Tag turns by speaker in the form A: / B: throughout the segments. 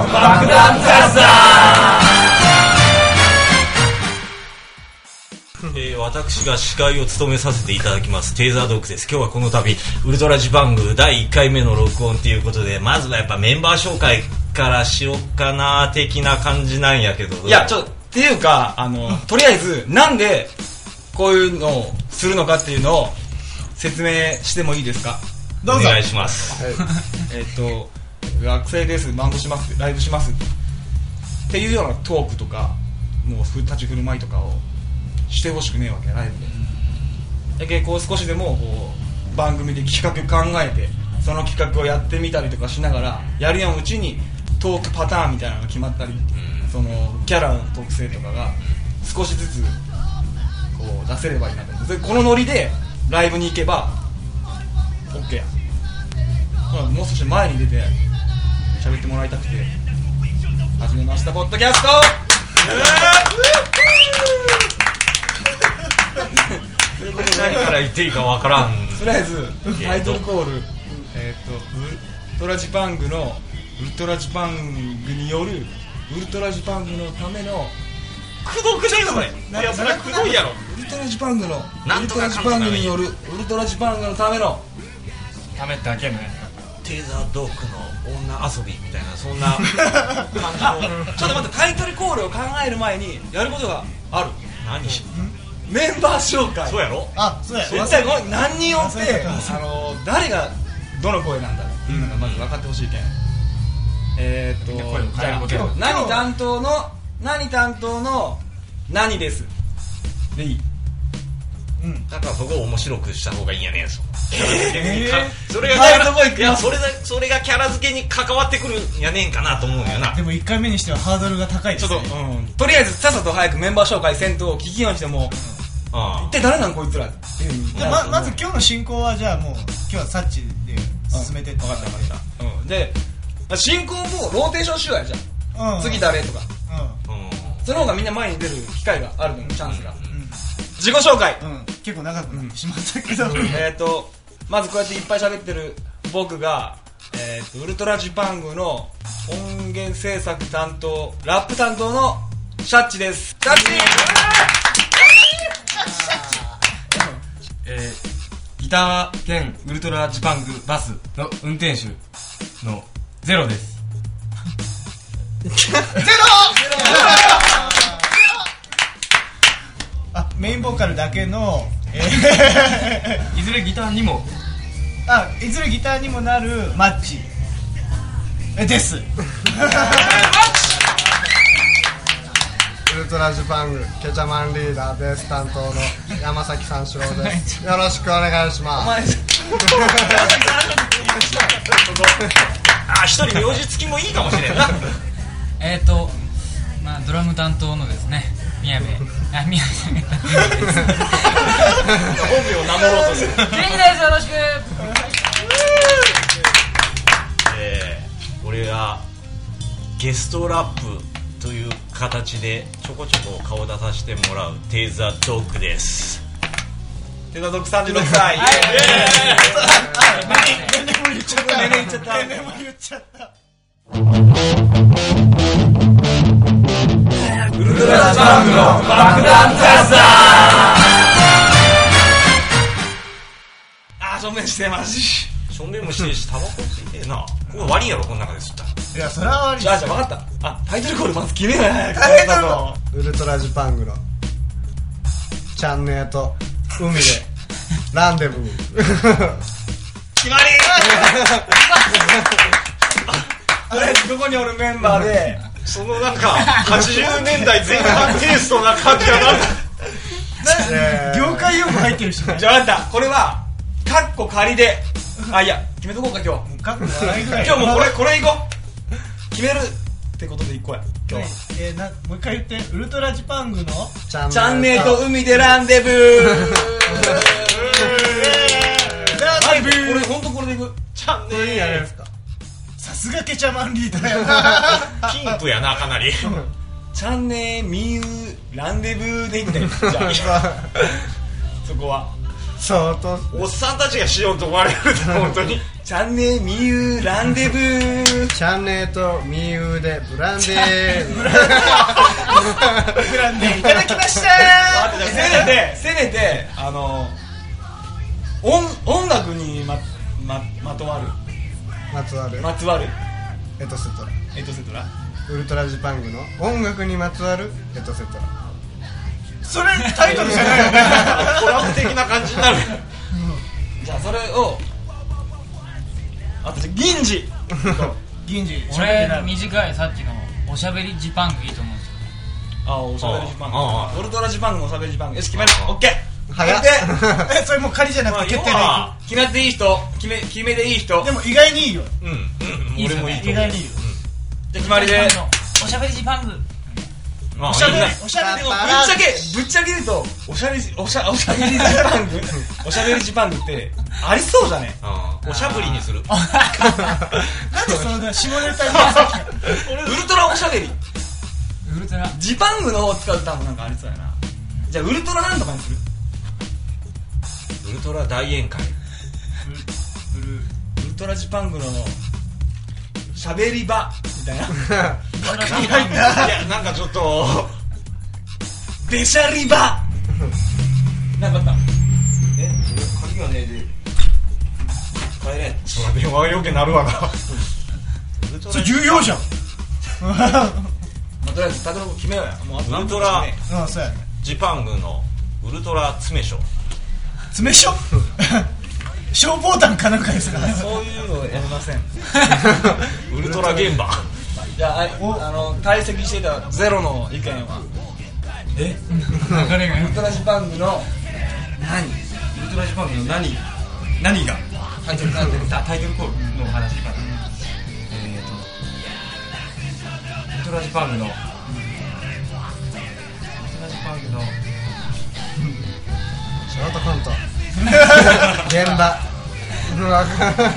A: サンザサ
B: えー私が司会を務めさせていただきますテーザードックです今日はこの度ウルトラジ番組第1回目の録音ということでまずはやっぱメンバー紹介からしよっかな的な感じなんやけど
A: いや、ちょっと、っていうか、あの、とりあえず、なんで、こういうのをするのかっていうのを説明してもいいですか
B: お願いします
A: えっと、学生です、バンドします、ライブします。っていうようなトークとか、もうふ立ち振る舞いとかをしてほしくねえわけ、ライブで。だけどこう少しでも、こう、番組で企画考えて、その企画をやってみたりとかしながら、やるやんうちに、トークパターンみたいなのが決まったり、その、キャラの特性とかが、少しずつ、こう、出せればいいなと。でこのノリで、ライブに行けば、OK や。ほらもう少し前に出て喋ってもらいたくて始めましたポッドキャスト
B: 何から言っていいかわからん
A: とりあえずタイトルコールえっとウルトラジパングのウルトラジパングによるウルトラジパングのための
C: くどくないのこれいやそれはくどいやろ
A: ウルトラジパングの
B: な
A: ウ
B: ん
A: ル
B: と
A: ト
B: か
A: ラ
B: か
A: ジ
B: んとか
A: パ
B: ね
A: ングによるウルトラジパングのための
C: ためだけね
B: テーザードックの女遊びみたいなそんな感 じの
A: ちょっと待ってタイトルコールを考える前にやることがある
B: 何し
A: メンバー紹介
B: そうやろ
D: あ、そうや。
A: 一体この何人おってあの誰がどの声なんだっていうのがまず分かってほしいけん、えー、っ
C: 声
A: と
C: を変える
A: じゃあ
C: ことや
A: 何担当の何担当の何ですでいい
B: だからそこを面白くした方がいいんやねんそ,、
C: え
B: それがキ
A: はい
B: ャラ
A: どこ行くの
B: いやそれだそれがキャラ付けに関わってくるんやねんかなと思うんよな
D: でも1回目にしてはハードルが高いで
A: ちょ
D: す
A: っ
D: ね。
A: と、うん、とりあえずさっさと早くメンバー紹介せんと聞きようにしても
B: あ
A: 一体誰なんこいつらっていう
D: じゃあままず今日の進行はじゃあもう、今日はサッチで進めてって。分かった分かっ
A: うんで進行もローテーションしようやじゃ
D: た
A: あ、
D: うん。
A: 次
D: だ。
A: 誰とか
B: あうん
A: その方がみんな前に出る機会があるのにチャンスが
D: うん。
A: 自己紹介
D: うん。うん。結構長くなってしまったけど。
A: えー、とまずこうやっていっぱい喋ってる僕が、えー、とウルトラジパングの音源制作担当ラップ担当のシャッチですシャッチ
E: えー、ギター兼ウルトラジパングバスの運転手のゼロです。
D: あ、メインボーカルだけの、え ー
E: いずれギターにも、
D: あ、いずれギターにもなるマッチ。えです。
F: ウルトラジパングケチャマンリーダーです担当の山崎三四郎ですよろしくお願いします
B: あ一人名字付きもいいかもしれ んな
G: えーと、まあ、ドラム担当のですね、宮部、あ、宮部さんが担当です。本名を名乗ろうとする。元気です、よろしく。
B: えー、俺がゲストラップという形でちょこちょこ顔出させてもらうテーザードッグです
A: テナドック36歳イエーイ年齢も言っちゃった年齢も言っちゃったウルトラジパングの爆弾ザザーあー正面してます
B: 正面もしてるしタバコ吸いてえなここ悪いやろこの中で吸ったら
D: いや、それは悪い
A: じゃあじゃあ分かったあタイトルコールまず決めない
D: 大変だぞ。
F: ウルトラジパングのチャンネルと海で ランデブー
A: とりあえずここにおるメンバーで
B: そのなんか80年代前半テイストな感じがなんか
F: えー
D: 業界用語入ってるしね。
A: じゃあ分かったこれはカッコ仮であいや決めとこうか今日
D: かっこ笑いぐらい。
A: 今日もうこれこれいこう決めるってことでいこうや今日は
D: えーなもう一回言ってウルトラジパングの
F: チャ
A: チャンネル
F: ル
A: と海でランデブーランデブーこれ本当これでいく
F: いいじゃないですか
D: さすがケチャマンリーダーや
B: キンプやなかなり
A: チャンネルミユーランデブーでいくねじゃあそこは
F: 相当
B: おっさんたちがしようと思われる本当に
A: チャンネルミユーランデブー
F: チャンネルとミユーでブランデー
D: いただきました
A: あとせめてせめてあの音音楽にまままとわる
F: まつわる
A: まつわる
F: エトセトラ
A: エトセトラ
F: ウルトラジパングの音楽にまつわるエトセトラ
D: それタイトルじゃないよね
B: コラボ的な感じになる
A: じゃあそれをあと銀次
D: 銀次
G: 俺短いさっきのおしゃべりジパングいいと思うんですよ
A: あおしゃべりジパン
B: ああああ
A: グウルトラジパングおしゃべりジパングよし決まり
B: ああ
A: オッケー
F: 早っ
D: えそれもう仮じゃな
B: まあ
D: くて
B: 要
D: 決定でい
B: は
A: 決めていい人決め決めでいい人
D: くでも意外にいいよ
B: うんうん
G: いいっす
B: 俺
G: よね
B: もいいと
D: 意
B: 思う
D: 外にいい
A: じゃ
D: よ
A: あ決まりで
G: おしゃべりジパング
B: まあ
A: おしゃべり
B: みんな
A: おしゃべりで もぶっちゃけぶっちゃけ言うとおしゃべりおしゃおしゃべりジパン グおしゃべりジパングってありそうじゃね
B: うんおしゃぶりにする
D: なんでその下ネタにさっき
A: ウルトラおしゃべり
G: ウルトラ
A: ジパングの方を使うと多分なんかありそうやなじゃあウルトラなんとかにする
B: ウルトラ大宴会
A: ウルトラジパングのしゃべり場みたいな
B: いやなんかちょっと
A: でしゃり場 なんかあった
E: 鍵がねえで
B: 帰れそら電話要件なるわが
D: それ重要じゃん
A: まあ、とりあえずタグログ決めようやもうあと
B: ウルトラ
D: うんそうやね
B: ジパングのウルトラ詰め所
D: 詰め しょ消防団かなんかですから
A: そういうのやりません
B: ウルトラ現場
A: じゃああいあの退席していたゼロの意見は
G: 流れが
A: ウルトラジパングの
E: 何ウルトラジパングの何何がタイトルタイトルタイトルコールのお話かなえーとウルトラジパングのウルトラジパングの
F: ショートコント現場うんわかんない
A: おい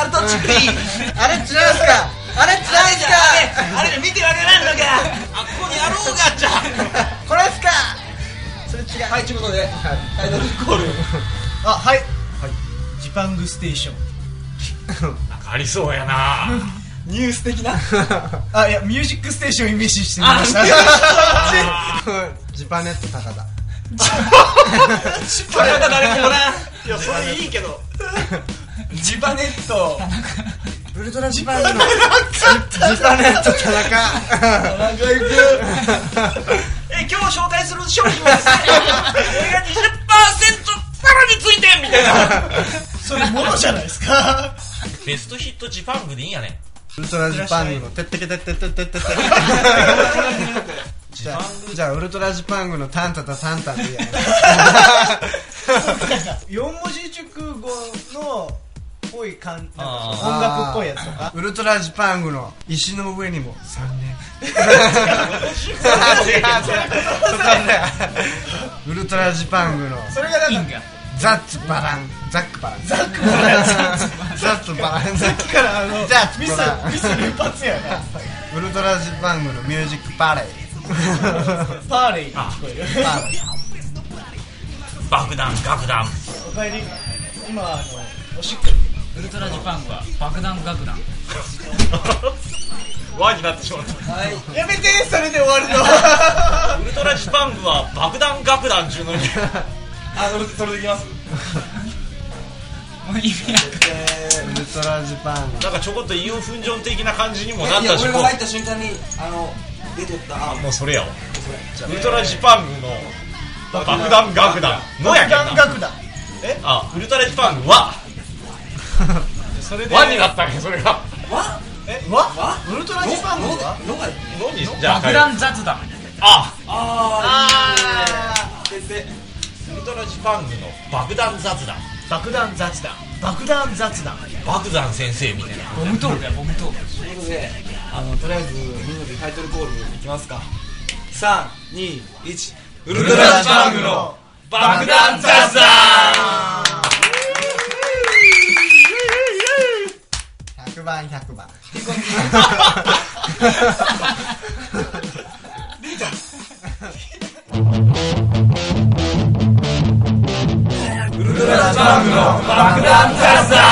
A: アルトチクリー
F: あれ違うんすかあれ違うんすか
A: あれ見てられないのかあここにあろうがじゃ
F: これっすかそれ違う
A: はいということでタイトルコール
D: あはいジパングステーション
B: なんかありそうやな
A: ニュース的な
D: あいやミュージックステーションをイメージしてみました
F: ジパネット高田
A: これまた誰もおらん
B: いやそれいいけど
A: ジパネット
F: ウルトラジパンのジパネット田中
B: え今日紹介する商品はですね俺が20%さらについてみたいな
D: それものじゃないですか
B: ベストヒットジパングでいいんやね
F: ウルトラジパングのてってけてってってってってってじゃあじゃあウルトラジパングのタンタタタンタンでいいや
D: 4文字熟語のっぽい感なんか
B: あ
D: 音楽っぽいやつとか
F: ウルトラジパングの石の上にも3年 ウルトラジパングの
D: それがなんか
F: ザッツバランザックバランザックバランザッツバランザック
D: だからあの
F: ザッツ
D: ミ
F: バ
D: ス
F: ラン
D: ミス連発やな
F: ウルトラジパングのミュージックパレ ー
D: パーレイに聞こえる
B: 爆弾楽 弾
D: おかえり今あのおしっこ
G: ウルトラジパングは爆弾楽団
B: 輪になってしまった
D: やめてそれで終わるの
B: ウルトラジパングは爆弾楽団中のに
A: あそれそれでいきます
G: もう意味なく
F: ウルトラジパング
B: なんかちょこっとイオンフンジョン的な感じにもなっ
A: いや
B: たし
A: 俺
B: こ
A: が
B: う
A: 入った瞬間にあの出とったあ
B: もうそれやわウルトラジパングの爆弾楽団のやけん
D: 弾
B: な
D: 楽だ
B: えあウルトラジパング は
D: それで
B: 輪になったねそれが
A: わ
D: わウルトラジパングは
A: のが
B: のにじゃあ
G: 爆
B: あ
G: 弾雑談
B: あーウルトラジパングの爆弾雑談
D: 爆弾雑談爆弾雑談
B: 爆弾先生みたいな
G: ボムトークやボムトーク
A: ということであのとりあえずみんなでタイトルコールいきますか321ウルトラジパングの
B: 爆弾雑談
F: 100番100番
B: おジバングの爆弾雑談